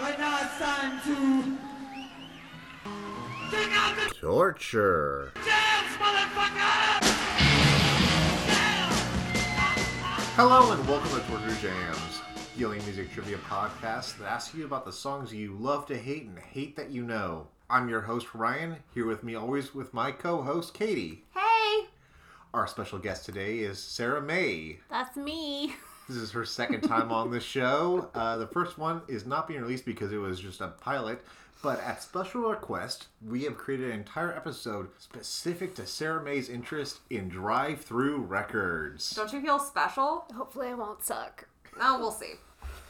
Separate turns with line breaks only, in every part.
but not signed to. Check out the
Torture.
jams, motherfucker!
Hello and welcome to Torture Jams, the only music trivia podcast that asks you about the songs you love to hate and hate that you know. I'm your host Ryan, here with me always with my co-host Katie.
Hey,
Our special guest today is Sarah May.
that's me.
This is her second time on the show. Uh, the first one is not being released because it was just a pilot, but at special request, we have created an entire episode specific to Sarah May's interest in drive-through records.
Don't you feel special?
Hopefully, I won't suck.
No, we'll see.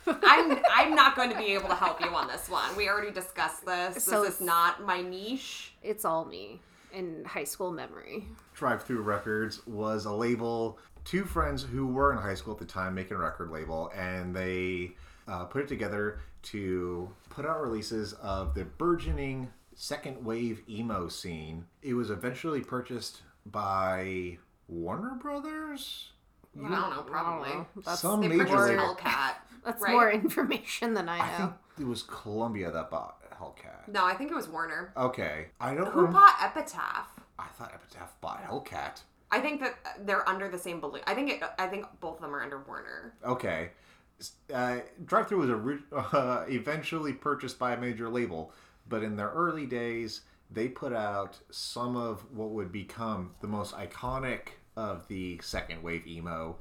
I'm I'm not going to be able to help you on this one. We already discussed this.
So
this
it's-
is not my niche.
It's all me in high school memory.
Drive Through Records was a label. Two friends who were in high school at the time making a record label, and they uh, put it together to put out releases of the burgeoning second wave emo scene. It was eventually purchased by Warner Brothers.
I don't know, probably.
Oh, That's,
Some
They
major
purchased
label.
Hellcat.
that's
right?
more information than I know.
I think it was Columbia that bought Hellcat.
No, I think it was Warner.
Okay, I don't.
Uh-huh.
Who
remember.
bought Epitaph?
I thought Epitaph bought Hellcat.
I think that uh, they're under the same balloon. I think it, I think both of them are under Warner.
Okay. S- Uh, Drive Thru was ori- uh, eventually purchased by a major label, but in their early days, they put out some of what would become the most iconic of the second wave emo.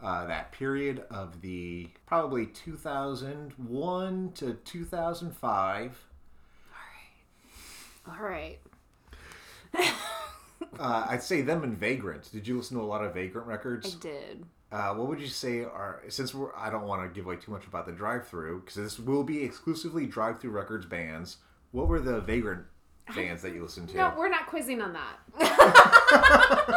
Uh, that period of the probably 2001 to 2005.
All right.
Uh, I'd say them and Vagrant. Did you listen to a lot of Vagrant
I
records?
did.
Uh, what would you say are since we're, I don't want to give away too much about the drive-through because this will be exclusively drive-through records bands. What were the vagrant bands that you listened to?
No, we're not quizzing on that.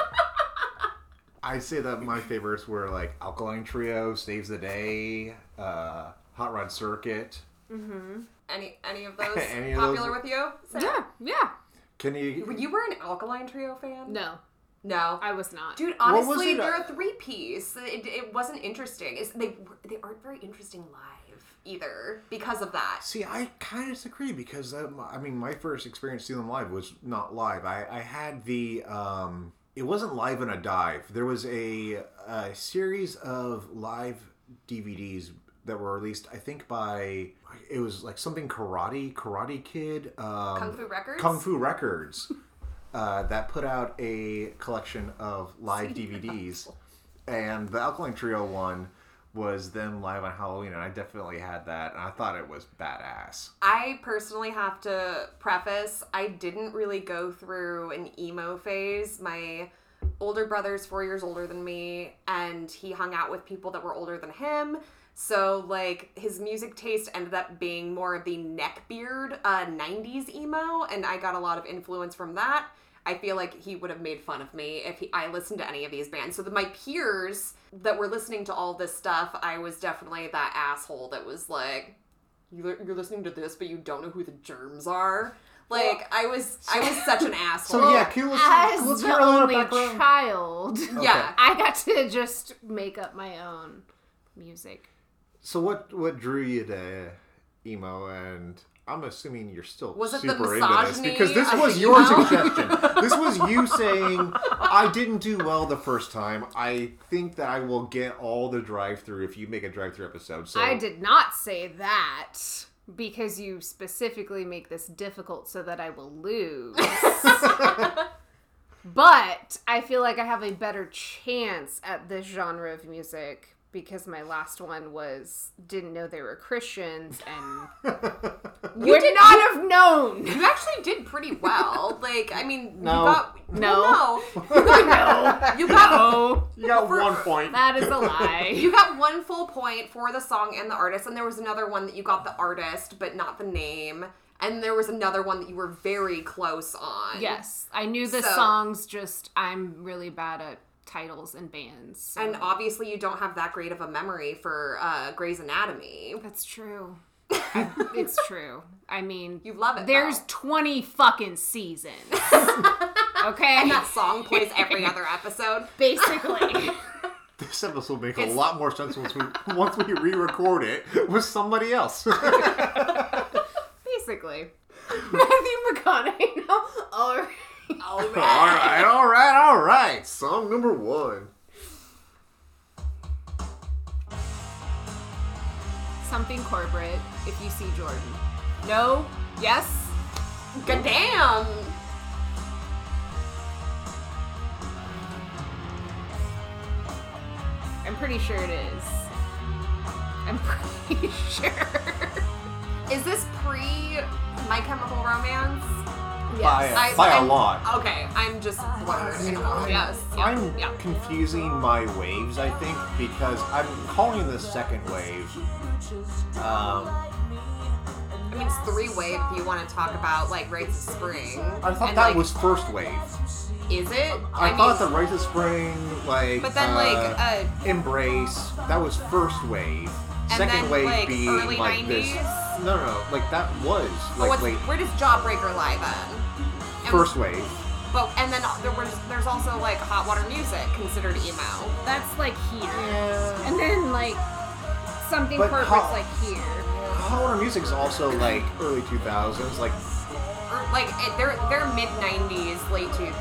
I'd say that my favorites were like Alkaline Trio, Saves the Day, uh, Hot Rod Circuit.
Any any of those
Any of
popular
those-
with you? Sarah?
Yeah, yeah.
Can you?
You were an Alkaline Trio fan?
No,
No.
I was not.
Dude,
was
honestly,
it? uh,
they're a three piece. It, it wasn't interesting. It's, they they aren't very interesting live either because of that.
See, I kind of disagree because um, I mean, my first experience seeing them live was not live. I, I had the um, it wasn't live in a dive. There was a, a series of live DVDs that were released. I think by it was like something karate, Karate Kid, um,
Kung Fu Records?
Kung Fu Records. Uh, that put out a collection of live DVDs, and the Alkaline Trio one was them live on Halloween, and I definitely had that, and I thought it was badass.
I personally have to preface I didn't really go through an emo phase. My older brother's four years older than me, and he hung out with people that were older than him. So, like, his music taste ended up being more of the neckbeard uh, 90s emo, and I got a lot of influence from that. I feel like he would have made fun of me if he, I listened to any of these bands. So, the, my peers that were listening to all this stuff, I was definitely that asshole that was like, you're, you're listening to this, but you don't know who the germs are. Like I was, I was such an asshole.
So yeah, can you listen,
As
let's
the
hear a little
only
background.
child,
yeah.
I got to just make up my own music.
so what what drew you to emo and I'm assuming you're still
Was it the
super into this
misogyny
because this
of
was
the
your
emo?
suggestion. this was you saying I didn't do well the first time. I think that I will get all the drive through if you make a drive through episode. So
I did not say that because you specifically make this difficult so that I will lose. but I feel like I have a better chance at this genre of music because my last one was didn't know they were Christians and you would not have known.
You actually did pretty well. Like I mean,
No.
you got
No.
no, no, You got
Oh,
You got one point.
that is a lie.
you got one full point for the song and the artist, and there was another one that you got the artist but not the name, and there was another one that you were very close on.
Yes, I knew the
So-
songs. Just I'm really bad at titles and bands. so-
And obviously, you don't have that great of a memory for uh, Grey's Anatomy.
That's true. it's true. I mean,
You love it.
there's
though.
20 fucking seasons. okay?
and that song plays every other episode.
basically.
This episode will make a lot more sense once we once we re-record it with somebody else.
Seriously. Matthew McConaughey. No. All right.
All
all right, all right, all right. Song number one.
Something corporate if you see Jordan. No. Yes.
God damn.
I'm pretty sure it is. I'm pretty sure.
Is this pre My Chemical Romance?
By,
Yes.
a- by a
I'm-
lot.
Okay, I'm just blurred in a moment. Yes. yeah,
I'm
yeah.
confusing my waves, I think, because I'm calling this second wave. Um,
I mean, it's three wave if you want to talk about like Rites of Spring.
I thought
And,
that
like,
was first wave.
Is it?
I,
mean,
thought the Rise of Spring, like,
But then,
uh,
like, uh,
Embrace, that was first wave.
And
Second
then,
wave
like,
being
early
like this.
90s?
No, no, no, like that was
but
like
what's,
late
where does Jawbreaker lie then? And-
first wave.
But and then there was there's also like Hot Water Music considered emo.
That's like here. And then like something
But
corporate's
how-
like here.
Hot Water Music is also like early 2000s, like
Or, Er, like it, they're they're mid '90s, late two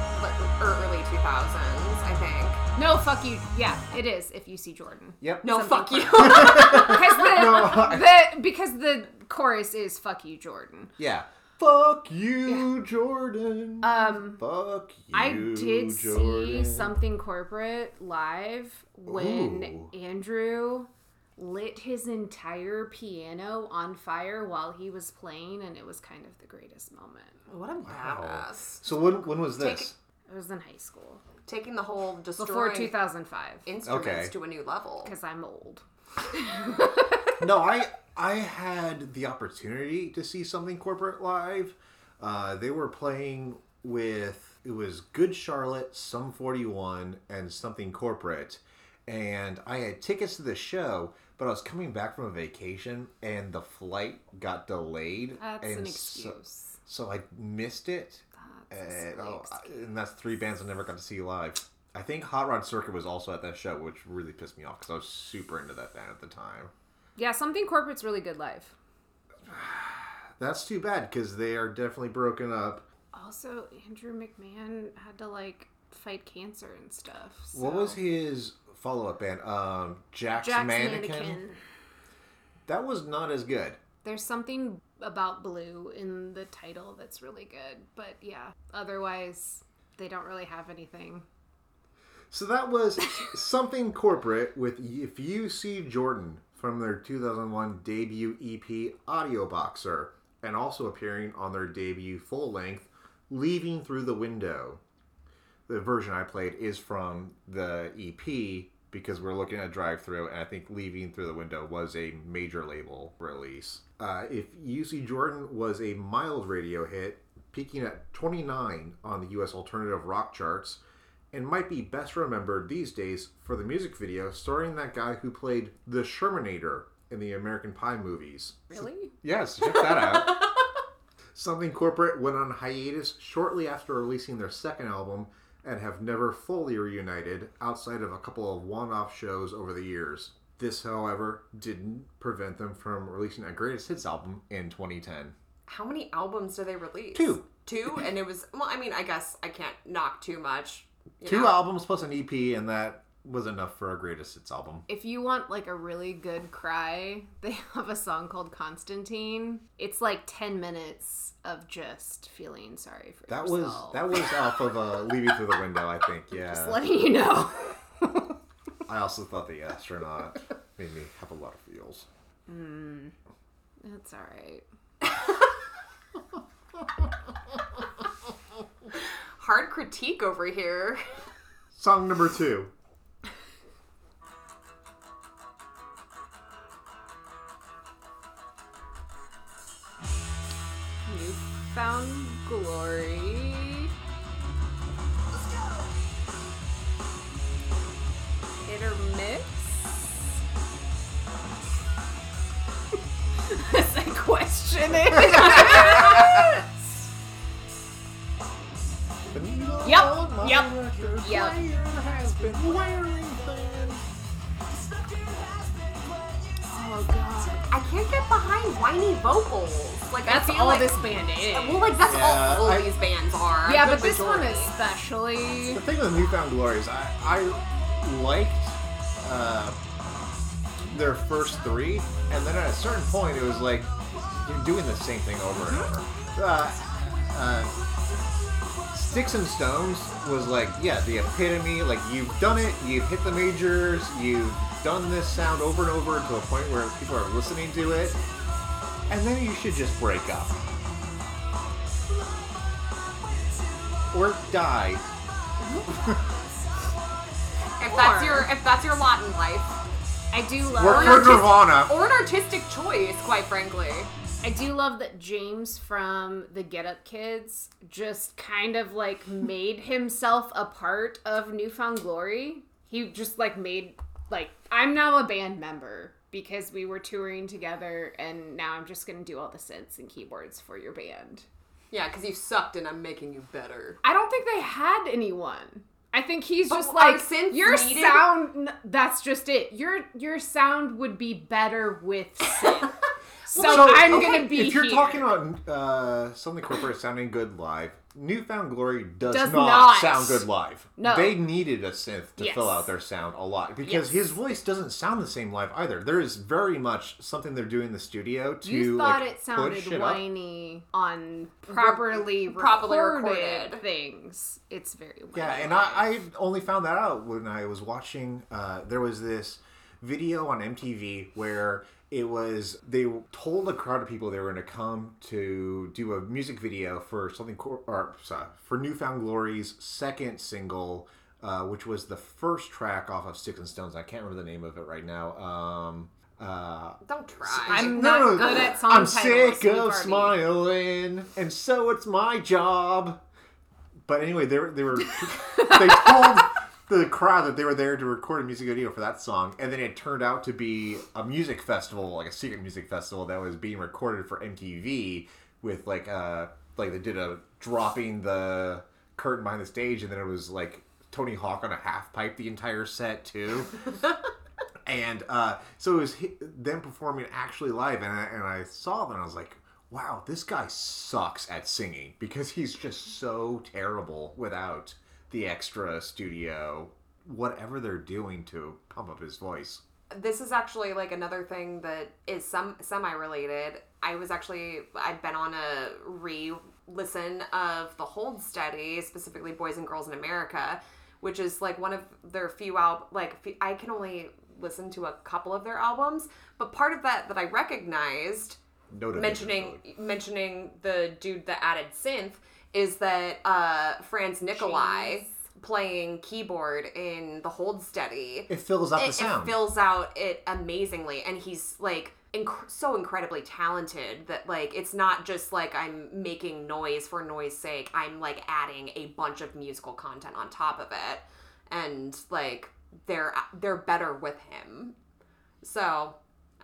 or early 2000s, I think.
No, fuck you. Yeah, it is if you see Jordan.
yep.
No,
Something
fuck you.
Because
No.
the, the because the chorus is fuck you, Jordan.
Yeah. Fuck you, Jordan.
Um
Fuck you,
I did
Jordan.
see something corporate live when
Ooh.
Andrew lit his entire piano on fire while he was playing and it was kind of the greatest moment.
what a
Wow.
badass!
So when when was
Take-
this?
It was in high school.
Taking the whole
Before
destroy
2005
instruments
Okay.
to a new level.
because I'm old.
no, I I had the opportunity to see something corporate live. Uh, they were playing with it was Good Charlotte, Some Forty One, and something corporate, and I had tickets to the show. But I was coming back from a vacation, and the flight got delayed.
That's
and
an
so-
excuse.
so I missed it.
That's a
And,
silly
oh, I- and that's three bands I never got to see live. I think Hot Rod Circuit was also at that show, which really pissed me off because I was super into that band at the time.
Yeah, something corporate's really good live.
That's too bad because they are definitely broken up.
Also, Andrew McMahon had to like fight cancer and stuff. So.
What was his follow up band? Um, Jack's,
Jack's
Mannequin?
mannequin.
That was not as good.
There's something about blue in the title that's really good, but yeah, otherwise they don't really have anything.
So that was something corporate with If You See Jordan from their 2001 debut EP Audio Boxer, and also appearing on their debut full length Leaving Through the Window. The version I played is from the EP because we're looking at Drive Through, and I think Leaving Through the Window was a major label release. Uh, if You See Jordan was a mild radio hit, peaking at 29 on the US alternative rock charts and might be best remembered these days for the music video starring that guy who played the Shermanator in the American Pie movies.
Really?
Yes, check that out. Something Corporate went on hiatus shortly after releasing their second album and have never fully reunited outside of a couple of one off shows over the years. This, however, didn't prevent them from releasing a greatest hits album in 2010.
How many albums do they release?
Two.
Two, and it was well. I mean, I guess I can't knock too much. you
Two
know?
albums plus an EP, and that was enough for a greatest hits album.
If you want like a really good cry, they have a song called Constantine. It's like 10 minutes of just feeling sorry for
That was
yourself.
that was off of uh, Leaving Through the Window, I think. Yeah.
Just letting you know.
I also thought the astronaut made me have a lot of feels.
That's all right.
Hard critique over here.
Song number two.
Newfound glory. Intermix. As I question it.
The needle
Yep,
of my
yep,
record
yep.
player has been wearing thin.
oh god.
I can't get behind whiny vocals. Like
That's
I feel
all
like,
this band is.
Well, like that's
Yeah,
all, all
I-
these bands are.
yeah,
the
but this one
majority.
especially.
The thing with Newfound Glory is I, I liked uh, their first three, and then at a certain point it was like you're doing the same thing over and over. Uh, uh, Sticks and Stones was like, yeah, the epitome. Like you've done it, you've hit the majors, you've done this sound over and over to a point where people are listening to it, and then you should just break up or die.
If that's
Or-
your if that's your lot in life,
I do love.
Work for Nirvana.
or an artistic choice, quite frankly.
I do love that James from the Get Up Kids just kind of like made himself a part of Newfound Glory. He just like made like I'm now a band member because we were touring together and now I'm just going to do all the synths and keyboards for your band.
Yeah, because you sucked and I'm making you better.
I don't think they had anyone. I think he's
Oh,
But
just
are
like
synths
your
needed?"
sound. n- That's just it. Your your sound would be better with synth. so, I'm
okay,
gonna be.
If you're
here.
talking about uh, something corporate sounding good live, Newfound Glory does,
Does
not,
not.
sound good live.
No.
They needed a synth to
Yes.
fill out their sound a lot because
Yes.
his voice doesn't sound the same live either. There is very much something they're doing in the studio to
you thought
like,
it
push
sounded
shit up.
whiny on properly
properly
recorded,
recorded.
things. It's very whiny.
Yeah, and I, I only found that out when I was watching. Uh, there was this video on MTV where it was they told a crowd of people they were going to come to do a music video for something cor- or sorry, for Newfound Glory's second single, uh, which was the first track off of Sticks and Stones. I can't remember the name of it right now. Um, uh,
Don't try.
I'm not good at song
I'm
titles,
sick
Steve
of
Harvey.
smiling, and so it's my job. But anyway, they were they were they told the crowd that they were there to record a music video for that song, and then it turned out to be a music festival, like a secret music festival that was being recorded for MTV with like uh like they did a dropping the curtain behind the stage, and then it was like Tony Hawk on a half pipe the entire set too and uh, so it was hi them performing actually live, and I, and I saw them, and I was like, "Wow, this guy sucks at singing because he's just so terrible without the extra studio, whatever they're doing to pump up his voice."
this is actually like another thing that is some semi related. I was actually I'd been on a re listen of the Hold Steady, specifically Boys and Girls in America, which is like one of their few al like fe- I can only listen to a couple of their albums, but part of that that I recognized
Notably,
mentioning mentioning the dude that added synth is that uh Franz Nikolai playing keyboard in the Hold Steady
it fills up the
it, it
sound.
fills out it amazingly and he's like inc- so incredibly talented that like it's not just like i'm making noise for noise sake i'm like adding a bunch of musical content on top of it and like they're they're better with him so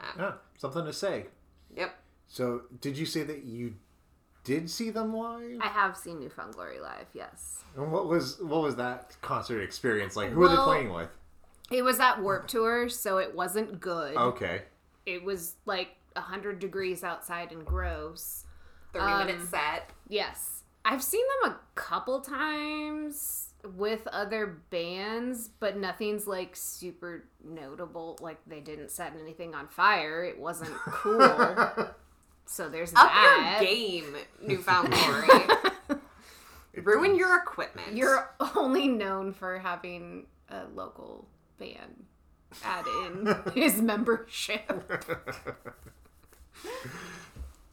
eh,
yeah, something to say.
yep
So, did you say that you did see them live?
I have seen Newfound Glory live. Yes,
And what was what was that concert experience like? Who were they
Well-
playing with?
it was at Warp Tour, so it wasn't good.
Okay.
It was like hundred degrees outside and gross.
30
Um,
minute set
Yes. I've seen them a couple times with other bands, but nothing's like super notable. Like they didn't set anything on fire. It wasn't cool. so there's
up
that.
your game newfound glory ruin your equipment
You're only known for having a local band add in his membership.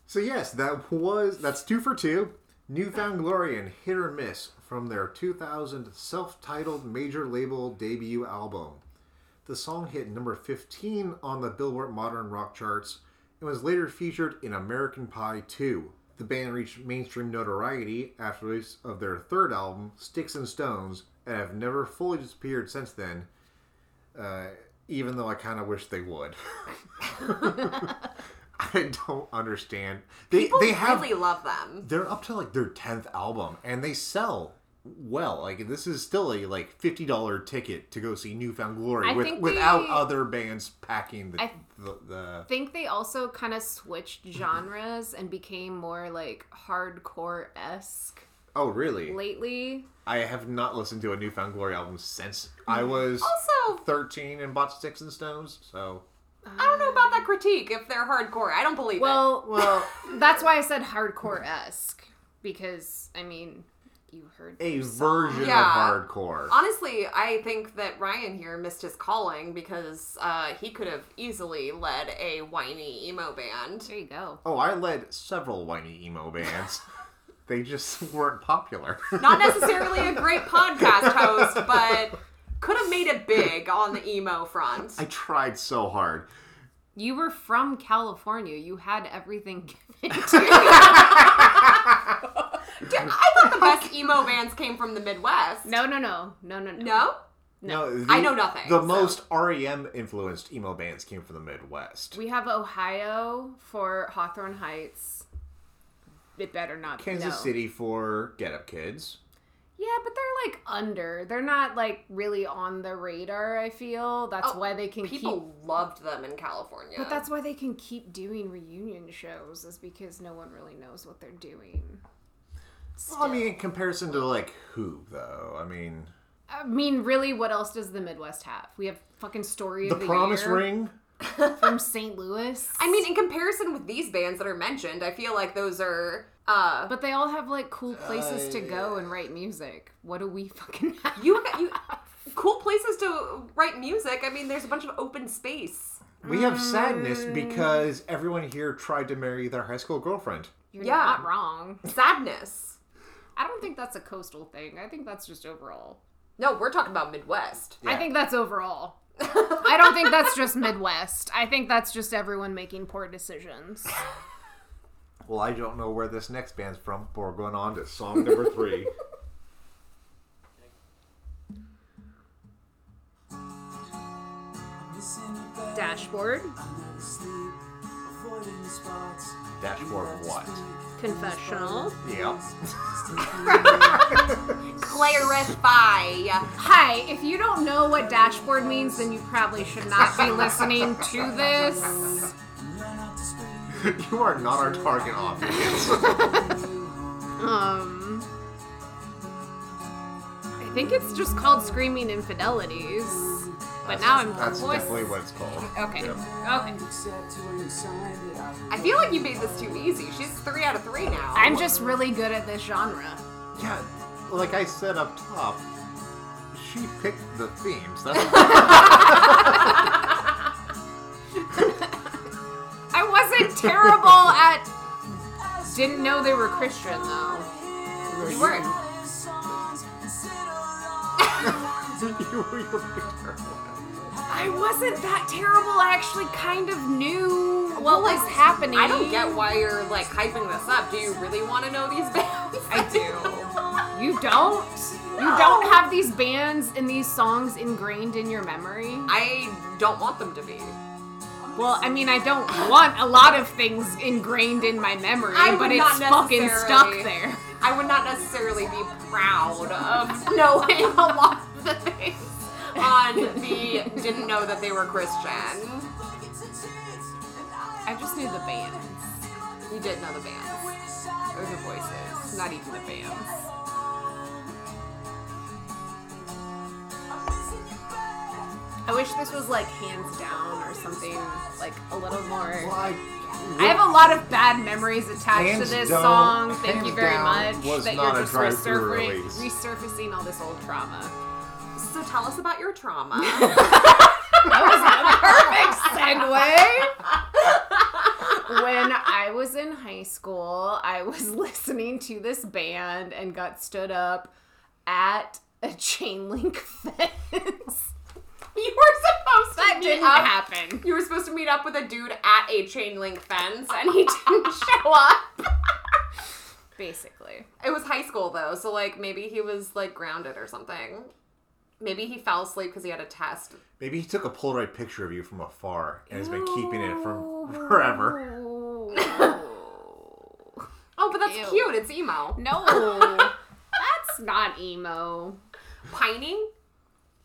So yes, that was that's two for two. Newfound Glory and Hit or Miss from their 2000 self-titled major label debut album. The song hit number 15 on the Billboard Modern Rock charts and was later featured in American Pie 2. The band reached mainstream notoriety after the release of their third album, Sticks and Stones, and have never fully disappeared since then. Uh, even though I kind of wish they would. I don't understand. They
People
they have
really love them
they're up to like their 10th album and they sell well. Like this is still a like fifty dollar ticket to go see Newfound Glory
I
with,
think
without
they-
other bands packing the
I-
the, the
think they also kind of switched genres and became more like hardcore esque
Oh really?
lately.
I have not listened to a Newfound Glory album since
Mm.
I was
Also,
thirteen and bought Sticks and Stones, so
I don't know about that critique if they're hardcore. I don't believe
Um,
it.
Well,
well
that's why I said hardcore esque because I mean, you heard
a
their song.
version
Yeah.
of hardcore.
Honestly, I think that Ryan here missed his calling because uh, he could have easily led a whiny emo band.
There you go.
Oh, I led several whiny emo bands. they just weren't popular.
Not necessarily a great podcast host, but could have made it big on the emo front.
I tried so hard.
You were from California. You had everything given to you.
I thought the best emo bands came from the Midwest.
no, no, no, no, no, no.
No?
No, the,
I know nothing,
The
so-
most REM influenced emo bands came from the Midwest.
We have Ohio for Hawthorne Heights. It better not be-
Kansas
no.
City for Get Up Kids.
Yeah, but they're like under. They're not like really on the radar. I feel that's
Oh,
why they can keep.
People loved them in California.
But that's why they can keep doing reunion shows is because no one really knows what they're doing.
Well, I mean, in comparison to like who though? I mean,
I mean, really, what else does the Midwest have? We have fucking story
The
of the
Promise
Year
Ring.
from St. Louis.
I mean, in comparison with these bands that are mentioned, I feel like those are. Uh,
but they all have like cool places to go
Uh,
and write music. What do we fucking have?
you, you, cool places to write music. I mean, there's a bunch of open space.
We have sadness because everyone here tried to marry their high school girlfriend.
You're
Yeah.
not wrong.
Sadness.
I don't think that's a coastal thing. I think that's just overall.
No, we're talking about Midwest.
I
Yeah.
think that's overall. I don't think that's just Midwest. I think that's just everyone making poor decisions.
Well, I don't know where this next band's from, but we're going on to song number three.
Dashboard,
Dashboard what?
confessional.
Yep.
Clarify.
Hi, if you don't know what dashboard means, then you probably should not be listening to this.
you are not our target audience.
Um, I think it's just called Screaming Infidelities. But now I'm
That's
voice-
definitely what it's called.
Okay.
Yeah.
Okay.
I feel like you made this too easy. She's three out of three now.
I'm just really good at this genre.
Yeah, like I said up top, she picked the themes. That's
I wasn't terrible at. Didn't know they were Christian though.
You were.
you were your picture.
I wasn't that terrible. I actually kind of knew what was happening.
I don't get why you're like hyping this up. Do you really want to know these bands?
I do. You don't. You don't have these bands and these songs ingrained in your memory.
I don't want them to be.
Well, I mean, I don't want a lot of things ingrained in my memory,
I would
but
not
it's fucking stuck
necessarily.
there.
I would not necessarily be proud of knowing a lot of the things on the didn't know that they were Christian.
I just knew the bands.
You did know the bands. Or the voices, not even the bands.
I wish this was like hands down or something like a little more.
I,
I have a lot of bad memories attached
Hands
to this
down-
song. Thank
hands
you very
down
much
was
that
not a
you're just
drive-thru
resurfacing,
release.
resurfacing all this old trauma.
So tell us about your trauma.
Perfect segue. when I was in high school, I was listening to this band and got stood up at a chain link fence.
you were supposed to
That
meet
didn't
up.
happen.
You were supposed to meet up with a dude at a chain link fence and he didn't show up.
Basically.
It was high school though, so like maybe he was like grounded or something. Maybe he fell asleep because he had a test.
maybe he took a Polaroid picture of you from afar and has been keeping it from forever.
Ooh.
Oh, but that's
Ew.
cute. It's emo.
No. That's That's not emo.
Pining?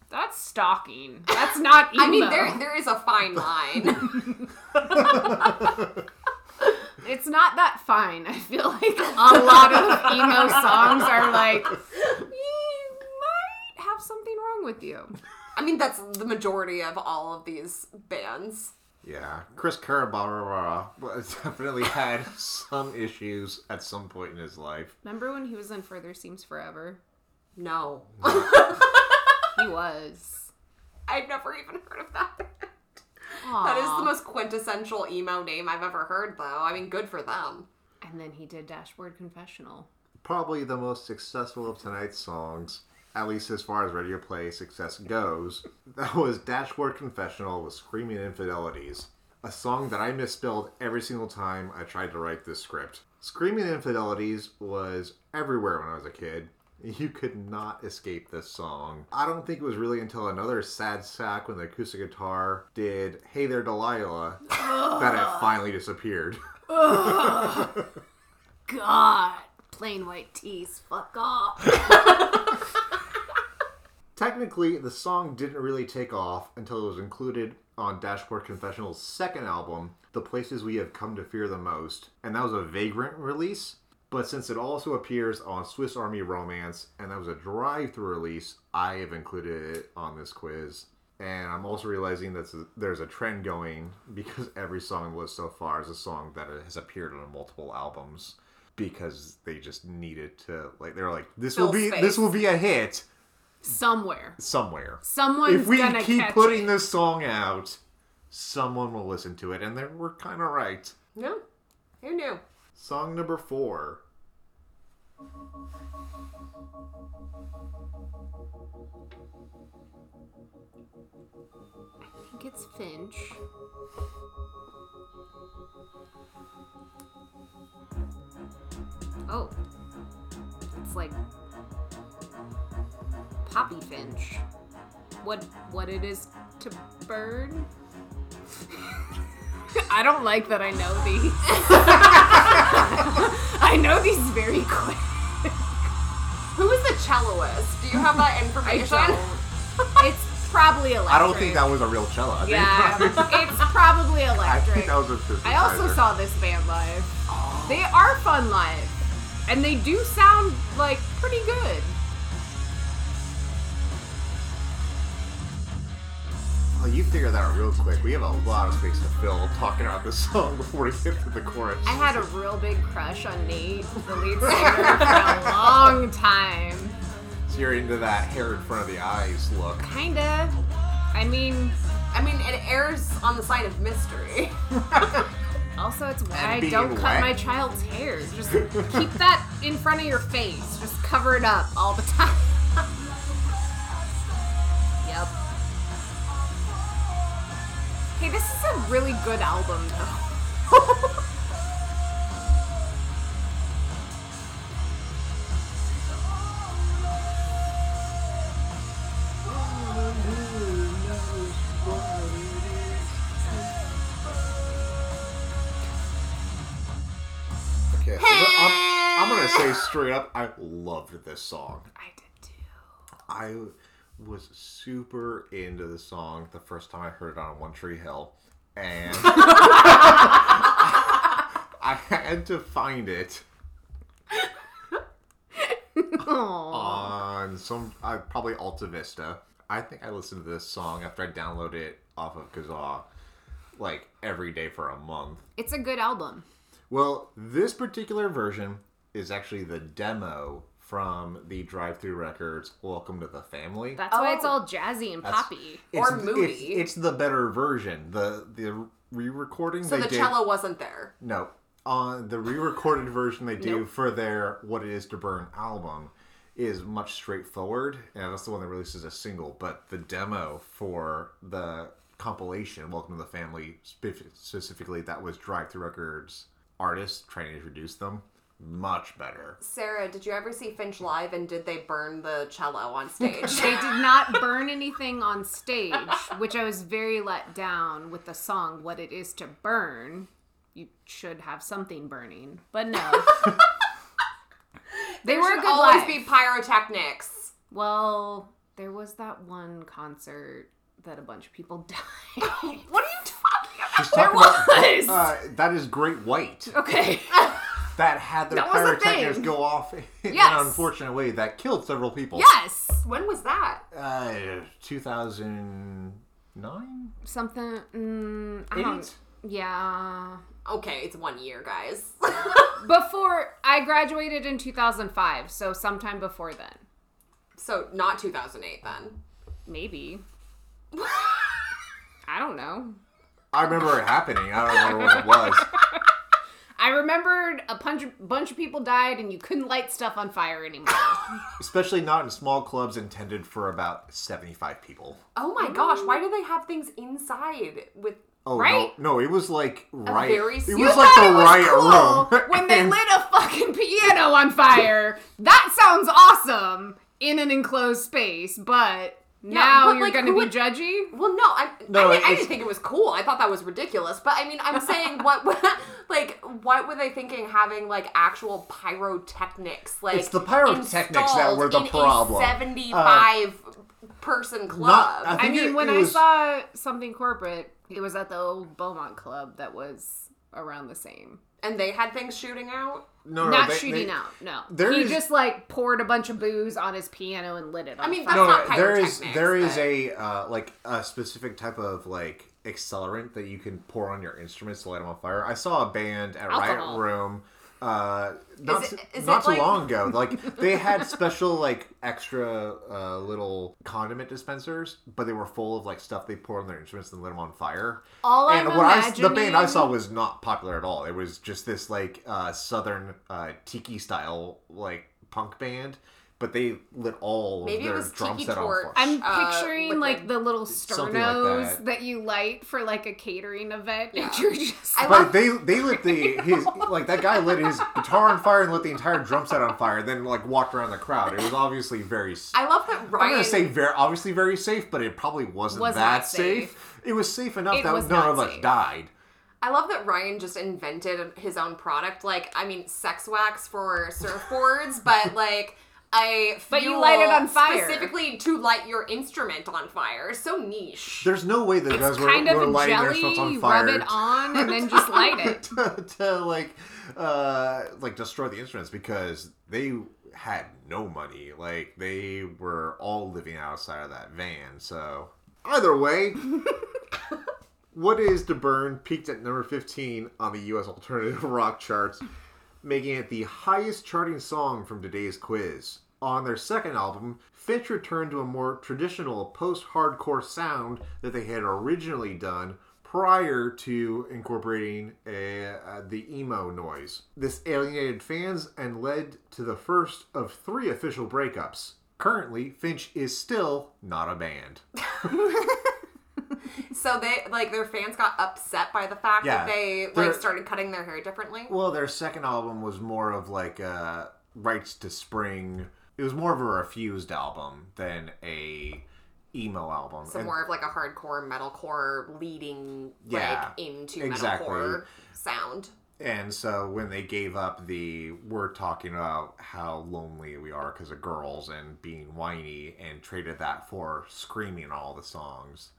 That's stalking. That's not emo.
I mean, there there is a fine line.
it's not that fine. I feel like a lot of emo songs are like, you might have something wrong with you.
I mean, that's the majority of all of these bands.
Yeah, Chris Carabara definitely had some issues at some point in his life.
Remember when he was in Further Seems Forever?
No,
He was.
I've never even heard of that. That is the
Aw.
most quintessential emo name I've ever heard, though. I mean, good for them.
And then he did Dashboard Confessional.
Probably the most successful of tonight's songs, at least as far as radio play success goes, that was Dashboard Confessional with Screaming Infidelities, a song that I misspelled every single time I tried to write this script. Screaming Infidelities was everywhere when I was a kid. You could not escape this song. I don't think it was really until another sad sack when the acoustic guitar did Hey There Delilah that it finally disappeared.
God, plain white tees, fuck off.
Technically, the song didn't really take off until it was included on Dashboard Confessional's second album, The Places We Have Come to Fear the Most, and that was a vagrant release. But since it also appears on Swiss Army Romance, and that was a drive through release, I have included it on this quiz. And I'm also realizing that there's a trend going because every song on the list so far is a song that has appeared on multiple albums because they just needed to like they're like this will
Fill
be
space.
this will be a hit
Somewhere.
somewhere
Someone's
if we
gonna
keep
catch
putting
it.
this song out, someone will listen to it, and they we're kind of right.
No, who knew?
Song number four.
I think it's Finch. Oh. It's like Poppy Finch. What what it is to burn? I don't like that I know these. I know these very quick.
Who is the celloist? Do you have that information?
It's probably electric.
I don't think that was a real cello. I think-
Yeah, it's probably
I
electric.
think that was a synthesizer.
I also saw this band live. They are fun live. And they do sound like pretty good.
Oh, you figure that out real quick. We have a lot of space to fill talking about this song before we get to the chorus.
I had a real big crush on Nate, the lead singer, for a long time.
So you're into that hair in front of the eyes look.
Kinda. I mean,
I mean, it airs on the side of mystery.
also it's
And
why I
being
don't cut
wet.
my child's hair. Just keep that in front of your face. Just cover it up all the time. yep. Hey, this is a really good album though.
Okay, so I'm, I'm gonna say straight up, I loved this song.
I did too.
I was super into the song the first time I heard it on One Tree Hill, and I had to find it on some uh, probably Alta Vista. I think I listened to this song after I downloaded it off of Kazaa like every day for a month.
It's a good album.
Well, this particular version is actually the demo from the Drive Through Records "Welcome to the Family."
That's why it's all jazzy and poppy.
Or
it's,
moody.
It's, it's the better version. The the re-recording
So
they
the
did.
cello wasn't there.
No, on the re-recorded version they do for their "What It Is to Burn" album is much straightforward, and that's the one that releases a single. But the demo for the compilation "Welcome to the Family" spe- specifically that was Drive Through Records artists trying to introduce them. Much better.
Sarah, did you ever see Finch live and did they burn the cello on stage?
They did not burn anything on stage, which I was very let down with the song What It Is to Burn. You should have something burning. But no. They
there
were a
should
good
always
life.
be pyrotechnics.
Well, there was that one concert that a bunch of people died.
What are you talking about?
She's
there
talking
was.
Uh, that is Great White.
okay.
That had their
That was a
pyrotechnics
thing.
go off in
Yes.
an unfortunate way that killed several people.
yes.
When was that?
Uh, 2009?
Something. Mm, I
Eight?
don't. Yeah.
Okay, it's one year, guys.
Before I graduated in 2005, so sometime before then,
so not 2008 then.
maybe. I don't know.
I remember it happening. I don't remember when it was.
I remembered a punch, bunch of people died, and you couldn't light stuff on fire anymore.
Especially not in small clubs intended for about 75 people.
Oh my gosh, why do they have things inside with
Oh,
Right?
no. No, it was like riot.
very
it
You
was
You
like
thought
the
it was
riot
cool
room.
when they
And-
lit a fucking piano on fire. That sounds awesome in an enclosed space, but now
but,
you're
like,
going
who
to be
would-
judgy.
Well, no, I,
No,
I, didn't, I
it's-
didn't think it was cool. I thought that was ridiculous. But I mean, I'm saying what, like, what were they thinking having like actual pyrotechnics? Like,
It's the pyrotechnics that were the
installed in
problem.
a
Uh,
75 person club.
I
I,
think
mean,
it-
when
it
I
was-
saw something corporate, it was at the old Beaumont Club that was around the same.
and they had things shooting out.
no, no,
Not
they-
shooting
they-
out, no.
there
he
is-
just like poured a bunch of booze on his piano and lit it. On
I mean,
fire.
that's
no,
not
no, there is
pyrotechnics,
there is
but-
a uh, like a specific type of like accelerant that you can pour on your instruments to light them on fire. I saw a band at
Alcohol.
Riot Room uh, not
Is it-
s-
is
not
it
too
like-
long ago. Like they had special like extra uh, little condiment dispensers, but they were full of like stuff they pour on their instruments and lit them on fire.
All
and
I'm
what I s- the band I
imagining-
saw was not popular at all. It was just this like uh, southern uh, tiki style like punk band, but they lit all
Maybe it
of their
was
drum
Tiki
set on
Torch.
fire.
I'm
uh,
picturing
liquid.
like the little
Something like
sternos
that.
that. you light for like a catering event, and
Yeah.
you're just
I
But they they lit the his like that guy lit his guitar on fire and lit the entire drum set on fire. Then like walked around the crowd. It was obviously very. s-
I love that
I'm
Ryan.
gonna say very obviously very safe, but it probably wasn't
Was
that
not
safe.
safe.
It was safe enough
It
that
was
none
not
of us
safe.
died.
I love that Ryan just invented his own product. Like, I mean, sex wax for surfboards, but like a
But you
fuel
light it on fire.
specifically to light your instrument on fire. So niche.
There's no way that guys
it's
were,
kind
were
of a
lighting their
jelly.
stuff on
You
fire.
rub it on and then just light it.
to, to like uh like destroy the instruments because they had no money like they were all living outside of that van so either way what is to burn peaked at number 15 on the us alternative rock charts making it the highest charting song from today's quiz on their second album finch returned to a more traditional post-hardcore sound that they had originally done prior to incorporating a, uh, the emo noise. This alienated fans and led to the first of three official breakups. Currently, Finch is still not a band.
So they like their fans got upset by the fact
Yeah.
that they
They're-
like started cutting their hair differently.
Well, their second album was more of like uh, Rights to Spring. It was more of a refused album than a emo album.
So
And-
more of like a hardcore metalcore leading
Yeah,
like into
exactly.
metalcore sound.
And so when they gave up the we're talking about how lonely we are because of girls and being whiny and traded that for screaming all the songs,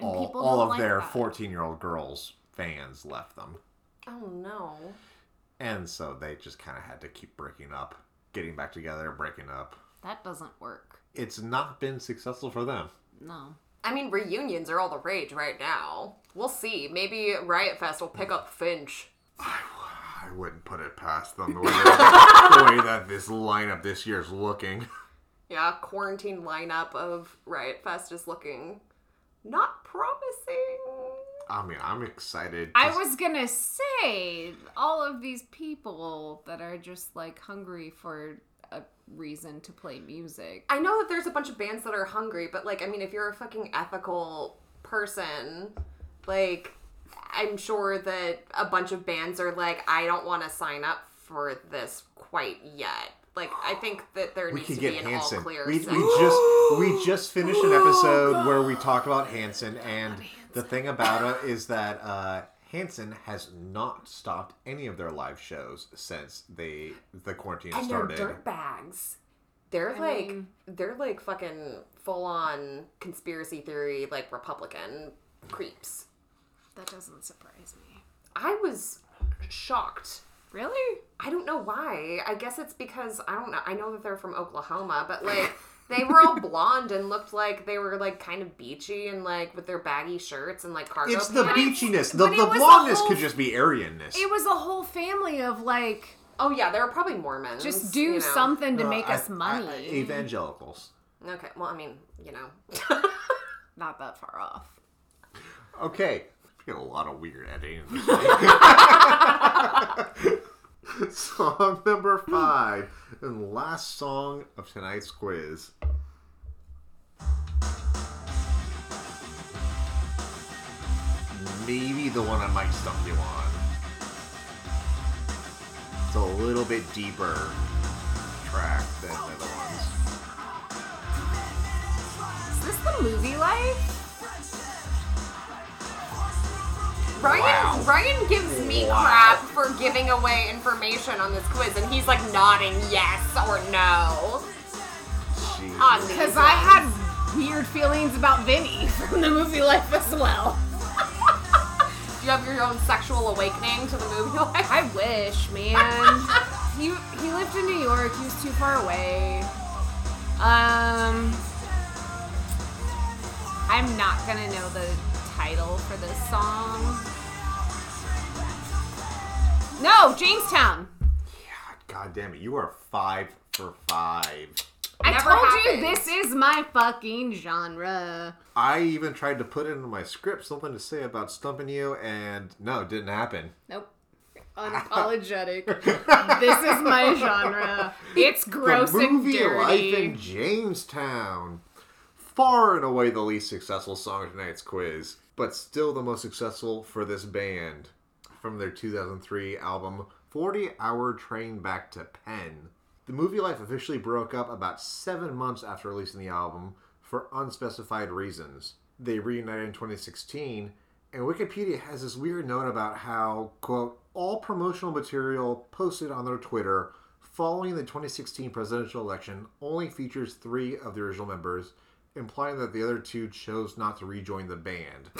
all,
people
all
don't
of
like
their
that.
14 year old girls fans left them.
Oh no.
And so they just kind of had to keep breaking up, getting back together, breaking up.
That doesn't work.
It's not been successful for them.
No.
I mean, reunions are all the rage right now. We'll see. Maybe Riot Fest will pick up Finch.
I wouldn't put it past them the way, that, the way that this lineup this year's looking.
Yeah, quarantine lineup of Riot Fest is looking not promising.
I mean, I'm excited. to
I was gonna say all of these people that are just like hungry for a reason to play music.
I know that there's a bunch of bands that are hungry, but like, I mean, if you're a fucking ethical person, like, I'm sure that a bunch of bands are like, I don't want to sign up for this quite yet. Like, I think that there
we
needs
could
to be
get
an all
Hanson.
clear.
We, we
section.
just we just finished
Oh,
an episode where we talked about Hanson, and the thing about it is that uh, Hanson has not stopped any of their live shows since they the quarantine
and
started.
they're dirt bags. They're like they're like fucking full on conspiracy theory like Republican creeps.
That doesn't surprise me.
I was shocked.
Really?
I don't know why. I guess it's because I don't know. I know that they're from Oklahoma, but like they were all blonde and looked like they were like kind of beachy and like with their baggy shirts and like cargo
It's the
pants.
beachiness. The,
but it
the
was a
blondness
whole-
could just be Aryanness.
It was a whole family of like,
oh yeah, they were probably Mormons.
just do
you know.
something to
Uh,
make
I-
us money.
I- I- evangelicals.
Okay, well I mean you know.
Not that far off.
Okay. We got a lot of weird editing. song number five and last song of tonight's quiz. Maybe the one I might stump you on. It's a little bit deeper track than the other ones.
Is this the movie life?
Ryan
Wow.
Ryan gives me
Wow.
crap for giving away information on this quiz, and he's like nodding yes or no.
Jesus.
On these
Because I
ones.
had weird feelings about Vinny from the movie life as well.
Do you have your own sexual awakening to the movie life?
I wish, man. he he lived in New York. He was too far away. Um, I'm not gonna know the title for this song. No, Jamestown.
God damn it, you are five for five.
I
Never
told you
happened.
this is my fucking genre.
I even tried to put it into my script something to say about stumping you, and no, it didn't happen.
Nope. Unapologetic. this is my genre. It's gross
the
and
movie
dirty.
Life in Jamestown. Far and away the least successful song of tonight's quiz, but still the most successful for this band from their 2003 album 40 Hour Train Back to Penn. The movie Life officially broke up about seven months after releasing the album for unspecified reasons. They reunited in 2016, and Wikipedia has this weird note about how, quote, all promotional material posted on their Twitter following the 2016 presidential election only features three of the original members, implying that the other two chose not to rejoin the band.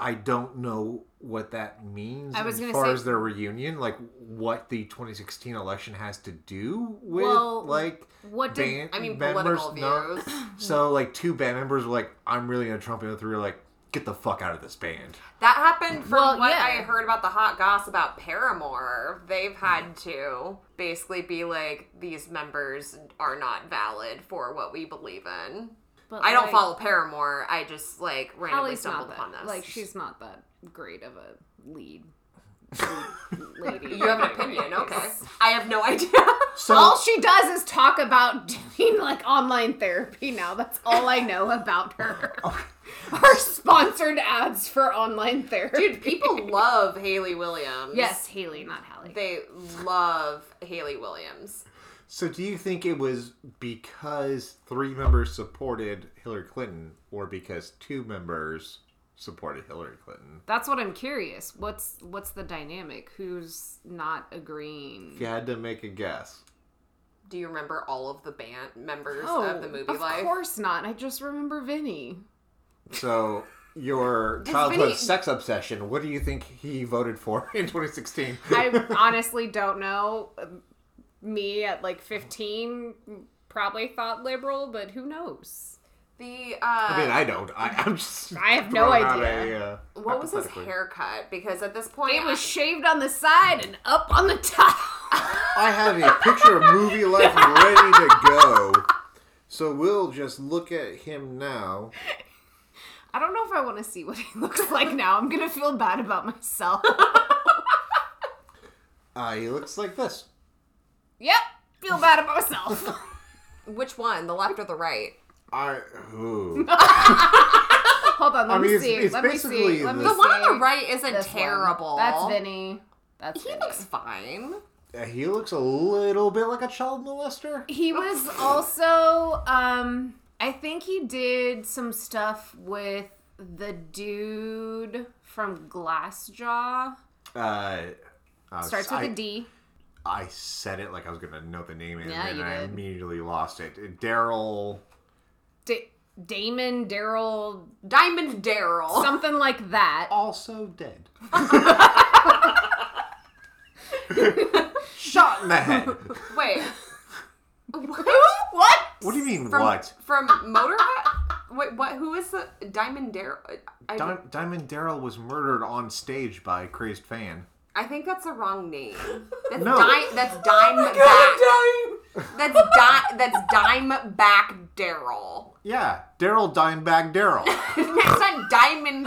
I don't know what that means
I was
as
gonna
far
say-
as their reunion, like what the 2016 election has to do with
Well,
like
what
band
did-
I mean,
members
political
not-
views.
Hmm.
so like two band members were like, "I'm really gonna Trump," and the three were like, "Get the fuck out of this band."
That happened from
Well,
what
yeah.
I heard about the hot goss about Paramore. They've had to basically be like, these members are not valid for what we believe in.
But,
I don't
like,
follow Paramore. I just like randomly
Allie's not
stumbled upon
that.
this.
Like she's not that great of a lead, lead lady.
you have an opinion, okay? I have no idea.
So
All she does is talk about doing like online therapy now. That's all I know about her. Her sponsored ads for online therapy.
Dude, people love Haley Williams.
yes, Haley, not Hallie.
They love Haley Williams.
So, do you think it was because three members supported Hillary Clinton, or because two members supported Hillary Clinton?
That's what I'm curious. What's what's the dynamic? Who's not agreeing?
If you had to make a guess,
Do you remember all of the band members of the movie
Oh, of
life?
course not. I just remember Vinny.
so your
Does
childhood
Vinny-
sex obsession. What do you think he voted for in 2016?
I honestly don't know. Me at like 15 probably thought liberal, but who knows?
The uh
I mean, I don't. I, I'm just.
I have no
throwing out
idea.
a, uh,
what was his
hypothetical.
haircut? Because at this point
It was
I-
shaved on the side and up on the top.
I have a picture of movie life ready to go. So we'll just look at him now.
I don't know if I want to see what he looks like now. I'm going to feel bad about myself.
Uh, he looks like this.
yep, feel bad about myself.
which one, the left or the right?
I. Ooh.
Hold on, let
I
me
mean, it's-
see.
it's
let me
basically
see. Let me
the-
The
see.
one on the right isn't
This one.
terrible.
That's Vinny. That's
He
Vinny.
looks fine.
Uh, he looks a little bit like a child molester.
He was also, um, I think he did some stuff with the dude from Glassjaw
Uh, uh,
starts with
I,
a D.
I said it like I was gonna know the name, and
Yeah,
then
you
I
did.
immediately lost it. Daryl.
D- Damon, Daryl,
Diamond Daryl.
something like that.
also dead. Shot in the head.
Wait. What?
What?
What do you mean,
From,
what?
From Motorhead? Wait, what? Who is the Diamond Daryl? I,
Di- Diamond Daryl was murdered on stage by a crazed fan.
I think that's the wrong name. That's
No.
Di- that's Dime Back.
Oh
That's di- that's Dime Back Daryl.
Yeah, Daryl Dimebag Daryl.
That's not Diamond. and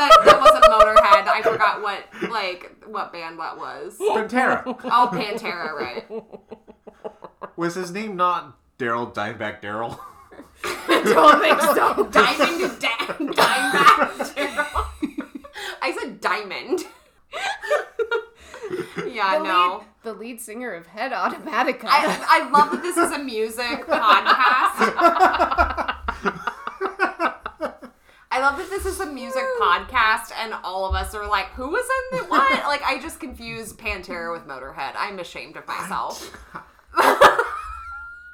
that, that wasn't Motorhead. I forgot what like what band that was.
Pantera.
Oh, Pantera, right?
Was his name not Daryl Dimebag Daryl?
Don't think so.
Diamond da- Dime Back Daryl. I said Diamond. yeah,
The
no.
lead, the lead singer of Head Automatica.
I, I love that this is a music podcast. I love that this is a music podcast, and all of us are like, who was in the what? Like, I just confused Pantera with Motorhead. I'm ashamed of myself.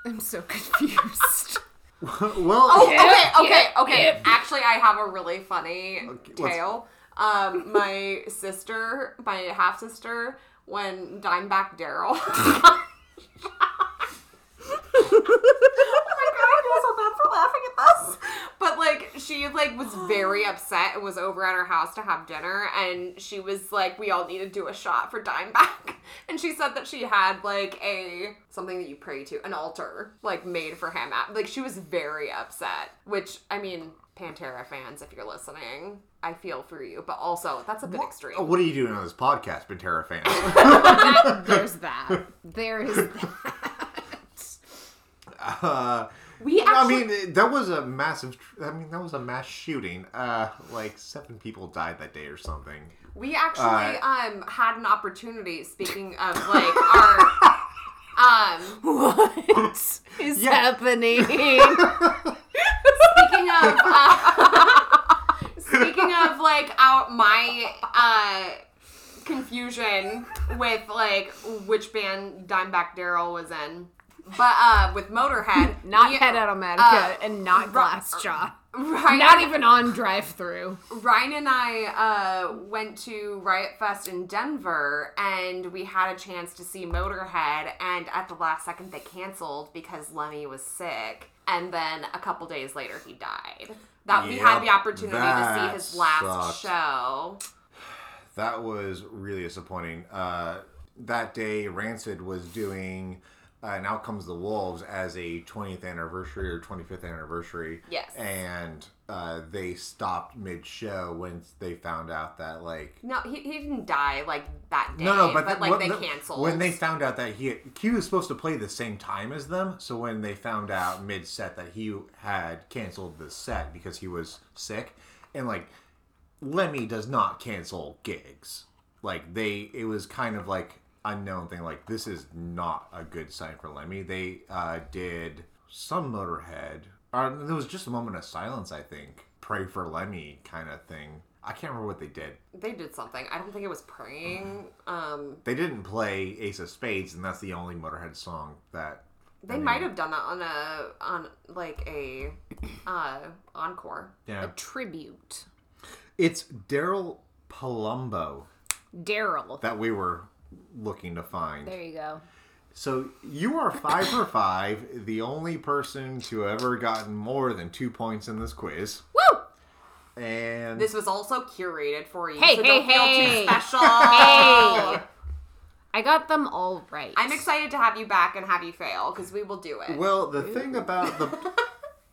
I'm so confused.
well,
Oh,
Oh, okay, okay,
yeah,
okay. Actually, I have a really funny
let's-
tale. Um, my sister, my half sister, when Dimeback Daryl. oh Oh my god, I feel so bad for laughing at this. But like, she like was very upset and was over at her house to have dinner, and she was like, "We all need to do a shot for Dimeback." And she said that she had like a something that you pray to, an altar like made for him. At, like she was very upset, which I mean, Pantera fans, if you're listening, I feel for you, but also that's a bit extreme.
Oh, what are you doing on this podcast, Pantera fans?
That- there's that. There is that.
Uh,
We
I
actually,
mean, it- that was a massive. tr- I mean, that was a mass shooting. Uh, like seven people died that day or something.
we actually um had an opportunity. Speaking of like our. Um,
What is
Yeah.
happening?
speaking of uh, speaking of like out my uh confusion with like which band Dimeback Daryl was in but uh with Motorhead
Not
we-
Head Automatica
uh,
and not
right-
Glassjaw.
Ryan,
Not even on drive through.
Ryan and I uh, went to Riot Fest in Denver, and we had a chance to see Motorhead. And at the last second, they canceled because Lemmy was sick. And then a couple days later, he died. That we had
Yep,
the opportunity to see
that
his last
sucked.
show.
That was really disappointing. Uh, that day, Rancid was doing uh, "Now Comes the Wolves" as a 20th anniversary or 25th anniversary.
Yes.
and uh, they stopped mid-show when they found out that like
No, he, he didn't die like that day.
no, no, but, the-
like
what-
they
the-
canceled
when they found out that he Q was supposed to play the same time as them. So when they found out mid-set that he had canceled the set because he was sick, and like Lemmy does not cancel gigs. Like they, it was kind of like unknown thing. Like this is not a good sign for Lemmy. They uh, did some Motorhead. Or there was just a moment of silence. I think pray for Lemmy kind of thing. I can't remember what they did.
they did something. I don't think it was praying.
Mm-hmm.
Um,
They didn't play Ace of Spades, and that's the only Motorhead song that.
they might have done that on a on like a uh, encore.
Yeah.
A Oh, tribute.
It's Daryl Palumbo
Daryl.
that we were looking to find.
There you go.
So you are five for five, the only person to ever gotten more than two points in this quiz.
Woo!
And
This was also curated for you,
Hey,
so
hey,
don't feel
hey.
too special.
Hey! I got them all right.
I'm excited to have you back and have you fail because we will do it.
well, the thing about the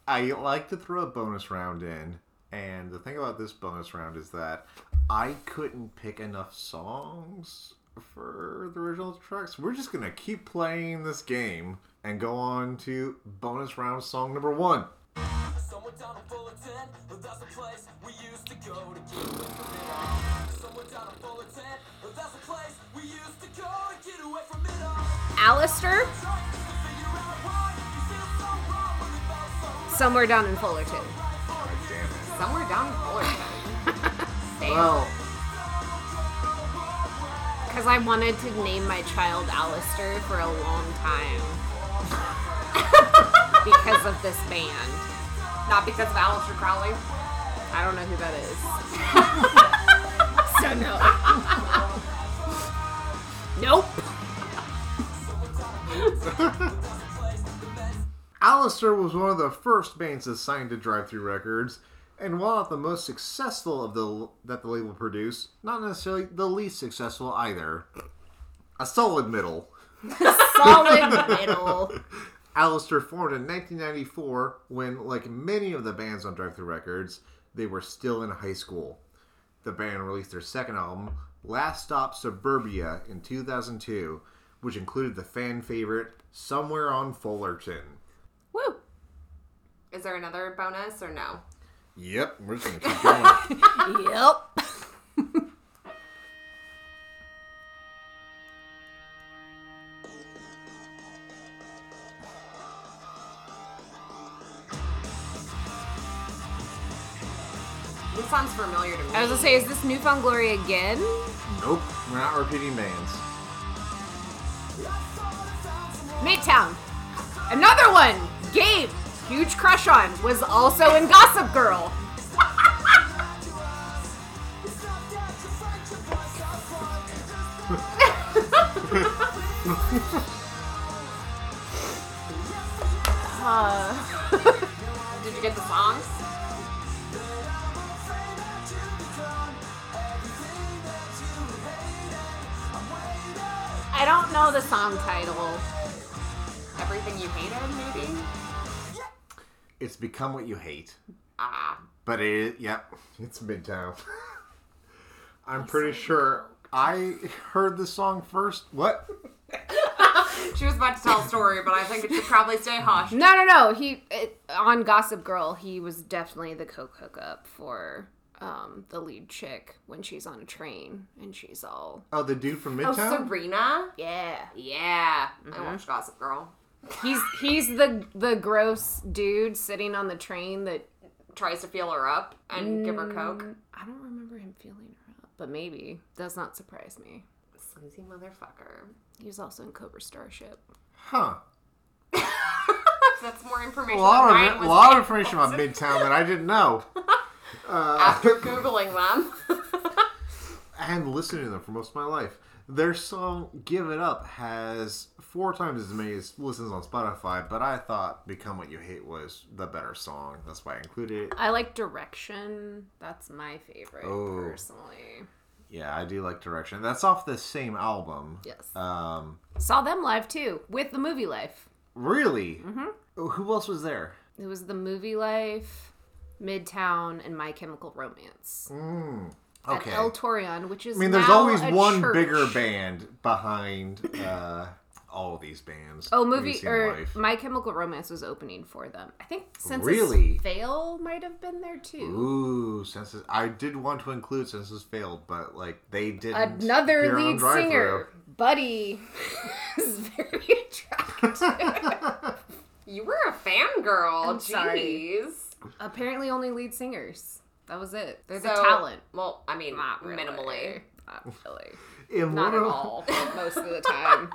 I like to throw a bonus round in, and the thing about this bonus round is that I couldn't pick enough songs for the original tracks. We're just gonna keep playing this game and go on to bonus round song number one.
Somewhere down in Fullerton, well, that's the place we used to go to get away from it all. Somewhere down in Fullerton, well, that's the place we used to go to get away from it all.
Alistair,
Trying to figure out why you feel so wrong when it felt so
somewhere down in Fullerton.
right.
somewhere down in Fullerton.
Well,
Because I wanted to name my child Alistair for a long time. because of this band.
Not because of Aleister Crowley.
I don't know who that is. so, no. nope.
Alistair was one of the first bands that signed to Drive Through Records, and while not the most successful of the that the label produced, not necessarily the least successful either. A solid middle.
Solid middle.
Alistair formed in 1994 when, like many of the bands on Drive Through Records, they were still in high school. The band released their second album, Last Stop Suburbia, in 2002, which included the fan favorite Somewhere on Fullerton.
Woo! Is there another bonus or no?
Yep, we're just gonna keep going.
Yep.
This sounds familiar to me.
I was gonna say, is this Newfound Glory again?
nope, we're not repeating bands.
Midtown. Another one. Gabe, huge crush on, was also in Gossip Girl. Uh,
Did you get the songs?
I don't know the song title.
Everything you hated, maybe?
It's become what you hate.
Ah.
But it, yep, it's Midtown. I'm pretty sure I heard the song first. What?
She was about to tell a story, but I think it should probably stay hush.
No, no, no. He it, on Gossip Girl, he was definitely the coke hookup for um, the lead chick when she's on a train and she's all
Oh, the dude from
Oh,
Midtown.
Serena?
yeah.
Yeah.
Mm-hmm.
I watched Gossip Girl.
He's he's the the gross dude sitting on the train that
Tries to feel her up and give her coke.
I don't remember him feeling her up, but maybe does not surprise me.
Sleazy motherfucker.
He was also in Cobra Starship.
huh.
That's more
A
information. than
lot
Ryan
of
was
a lot of
getting
information about Midtown that I didn't know,
after googling them.
and listening to them for most of my life. Their song "Give It Up" has four times as many as listens on Spotify, but I thought "Become What You Hate" was the better song. That's why I included it.
I like Direction. That's my favorite
Oh.
personally.
Yeah, I do like Direction. That's off the same album.
Yes.
Um,
Saw them live too with the movie life.
really? Mm-hmm. Who else was there?
It was the movie life, Midtown, and My Chemical Romance
Mm, Okay.
at El Torreon, which is
I mean, there's
now
always
a
one
church.
bigger band behind uh, all of these bands.
Oh,
that we
movie
see in
or
life.
My Chemical Romance was opening for them. I think Census
Really?
Fail might have been there too.
Ooh, census. I did want to include census failed, but like they didn't.
Another
appear on
lead
Drive-Thru.
singer, Buddy, is very attractive.
you were a fangirl.
I'm
Jeez.
sorry. Apparently, only lead singers. That was it. They're the
So-
talent.
Well, I mean,
Not really.
minimally.
Not really.
In
Not
one
at
of,
all. Most of the time.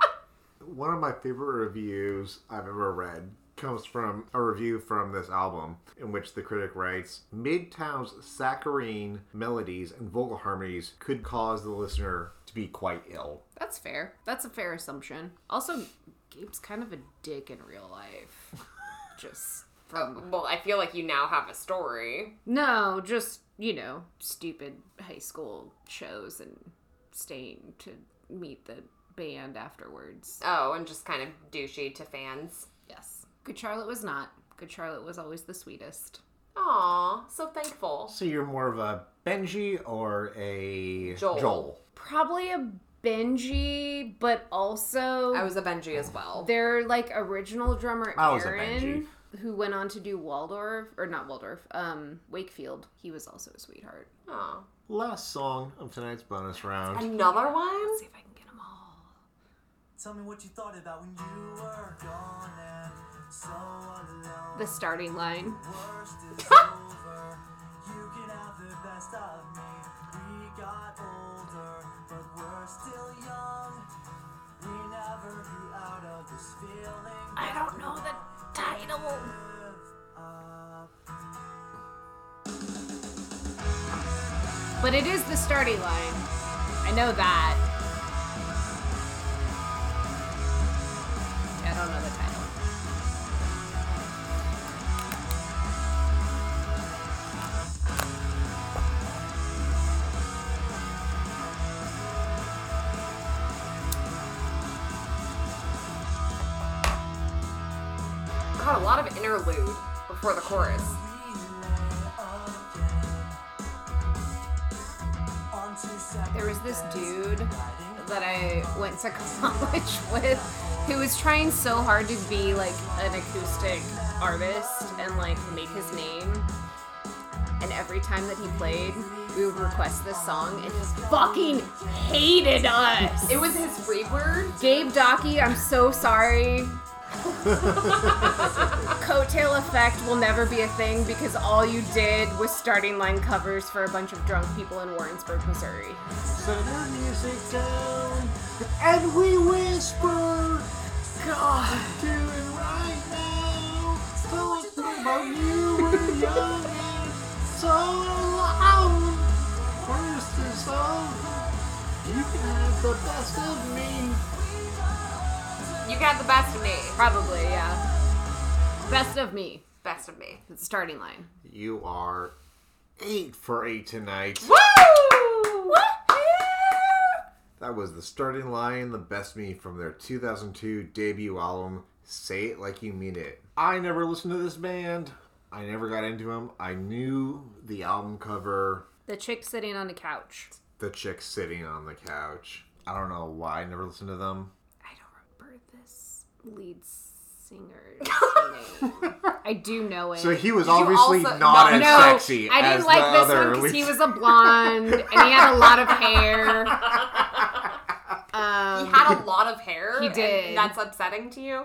One of my favorite reviews I've ever read comes from a review from this album in which the critic writes Midtown's saccharine melodies and vocal harmonies could cause the listener to be quite ill.
That's fair. That's a fair assumption. Also, Gabe's kind of a dick in real life. Just from
Well, I feel like you now have a story.
no, just you know, stupid high school shows and staying to meet the band afterwards.
Oh, and just kind of douchey to fans.
Yes, Good Charlotte was not. Good Charlotte was always the sweetest.
Aw, so thankful.
So you're more of a Benji or a
Joel.
Probably a Benji, but also
I was a Benji as well.
Their like original drummer
I was a
Aaron, who went on to do Waldorf or not Waldorf, um, Wakefield. He was also a sweetheart.
Aw.
Last song of tonight's bonus round.
Another one?
if I can get them all.
Tell me what you thought about when you were gone and so alone.
The starting line.
Worst is over. You can have the best of me. We got older, but we're still young. We never grew out of this feeling. I don't know the title.
But it is the starty line. I know that. I don't know the title.
God, a lot of interlude before the chorus.
There was this dude that I went to college with who was trying so hard to be like an acoustic artist and like make his name. And every time that he played, we would request this song and he fucking hated us.
It was his reword.
Gabe Docky, I'm so sorry. Coattail effect will never be a thing because all you did was starting line covers for a bunch of drunk people in Warrensburg, Missouri.
Set our music down, and we whisper. God, do it right now. Tell us about you were young and so alone. Where's this all? You can have the best of me.
You got the best of me.
Probably, yeah. Best of me.
Best of me.
It's starting line.
You are eight for eight tonight.
Woo!
That was the starting line, the best me from their 2002 debut album, Say It Like You Mean It. I never listened to this band. I never got into them. I knew the album cover,
The chick sitting on a couch.
the chick sitting on the couch. I don't know why I never listened to them.
I don't remember this lead singer's name. I do know it.
So he was
Did you
obviously
also-
not
no,
as
no,
sexy.
I
as
didn't like
the
this one
other
because he
lead-
was a blonde and he had a lot of hair.
He
Um,
had a lot of hair.
He
and
did.
that's upsetting to you.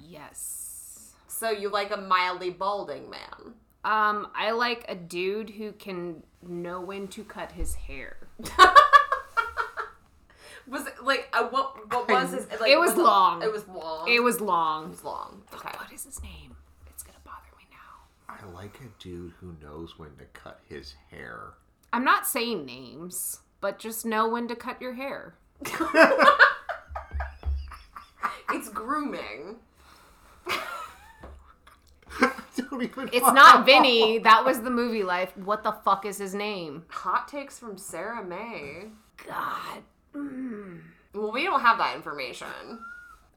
yes.
So you like a mildly balding man.
Um, I like a dude who can know when to cut his hair.
Was it like uh, what? What was his? Like,
It was long.
It was long.
It was long.
was long. Okay.
What is his name? It's gonna bother me now.
I like a dude who knows when to cut his hair.
I'm not saying names, but just know when to cut your hair.
It's grooming.
Don't even
It's not Vinny. That was the movie life. What the fuck is his name?
Hot takes from Sarah May.
God.
Well, we don't have that information.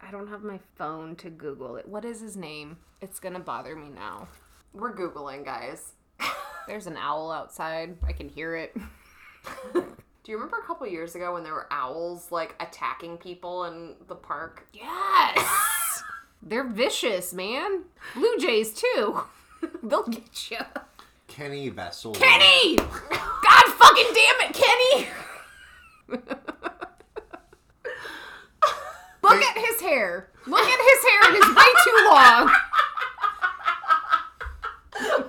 I don't have my phone to Google it. What is his name? It's gonna bother me now.
We're googling, guys.
There's an owl outside. I can hear it.
Do you remember a couple years ago when there were owls like attacking people in the park?
Yes! They're vicious, man. Blue Jays, too. They'll get you.
Kenny Vessel.
Kenny! God fucking damn it, Kenny! Look at his hair. Look at his hair. It is way too long.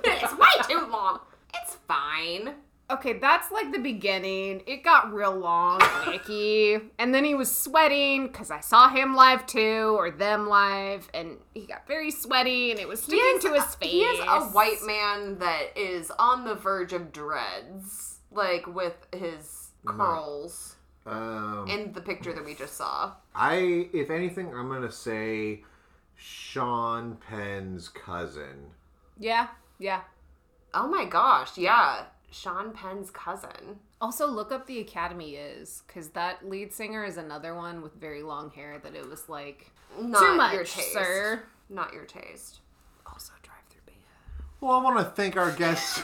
it's way too long. It's fine.
Okay, that's like the beginning. It got real long, and icky. And then he was sweating because I saw him live too, or them live, and he got very sweaty and it was sticking to his face.
He is a white man that is on the verge of dreads, like with his curls
Um,
in the picture that we just saw.
I, if anything, I'm gonna say Sean Penn's cousin.
Yeah, yeah.
Oh my gosh, yeah. Sean Penn's cousin.
Also, look up the Academy is because that lead singer is another one with very long hair that it was like
Not
too much,
your taste.
sir.
Not your taste.
Also, drive through band.
Well, I want to thank our guest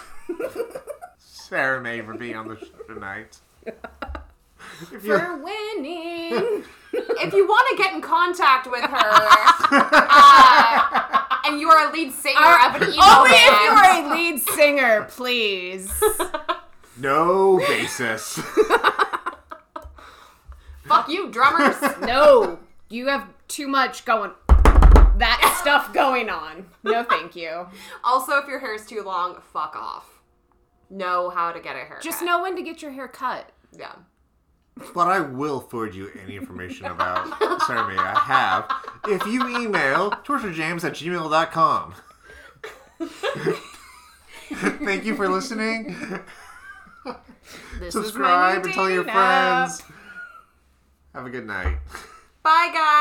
Sarah May for being on the show tonight. If you're,
We're winning.
if you want to get in contact with her, uh, and you are a lead singer of an emo
Uh, Only if
band,
you are a lead singer, please.
no basis.
fuck you, drummers.
No, you have too much going. That stuff going on. No, thank you.
also, if your hair is too long, fuck off. know how to get a haircut.
Just know when to get your hair cut.
Yeah.
But I will forward you any information about Cermi I have if you email torturejames at gmail.com. Thank you for listening.
This is my
Subscribe
new
and tell your
dating app.
friends. Have a good night.
Bye, guys.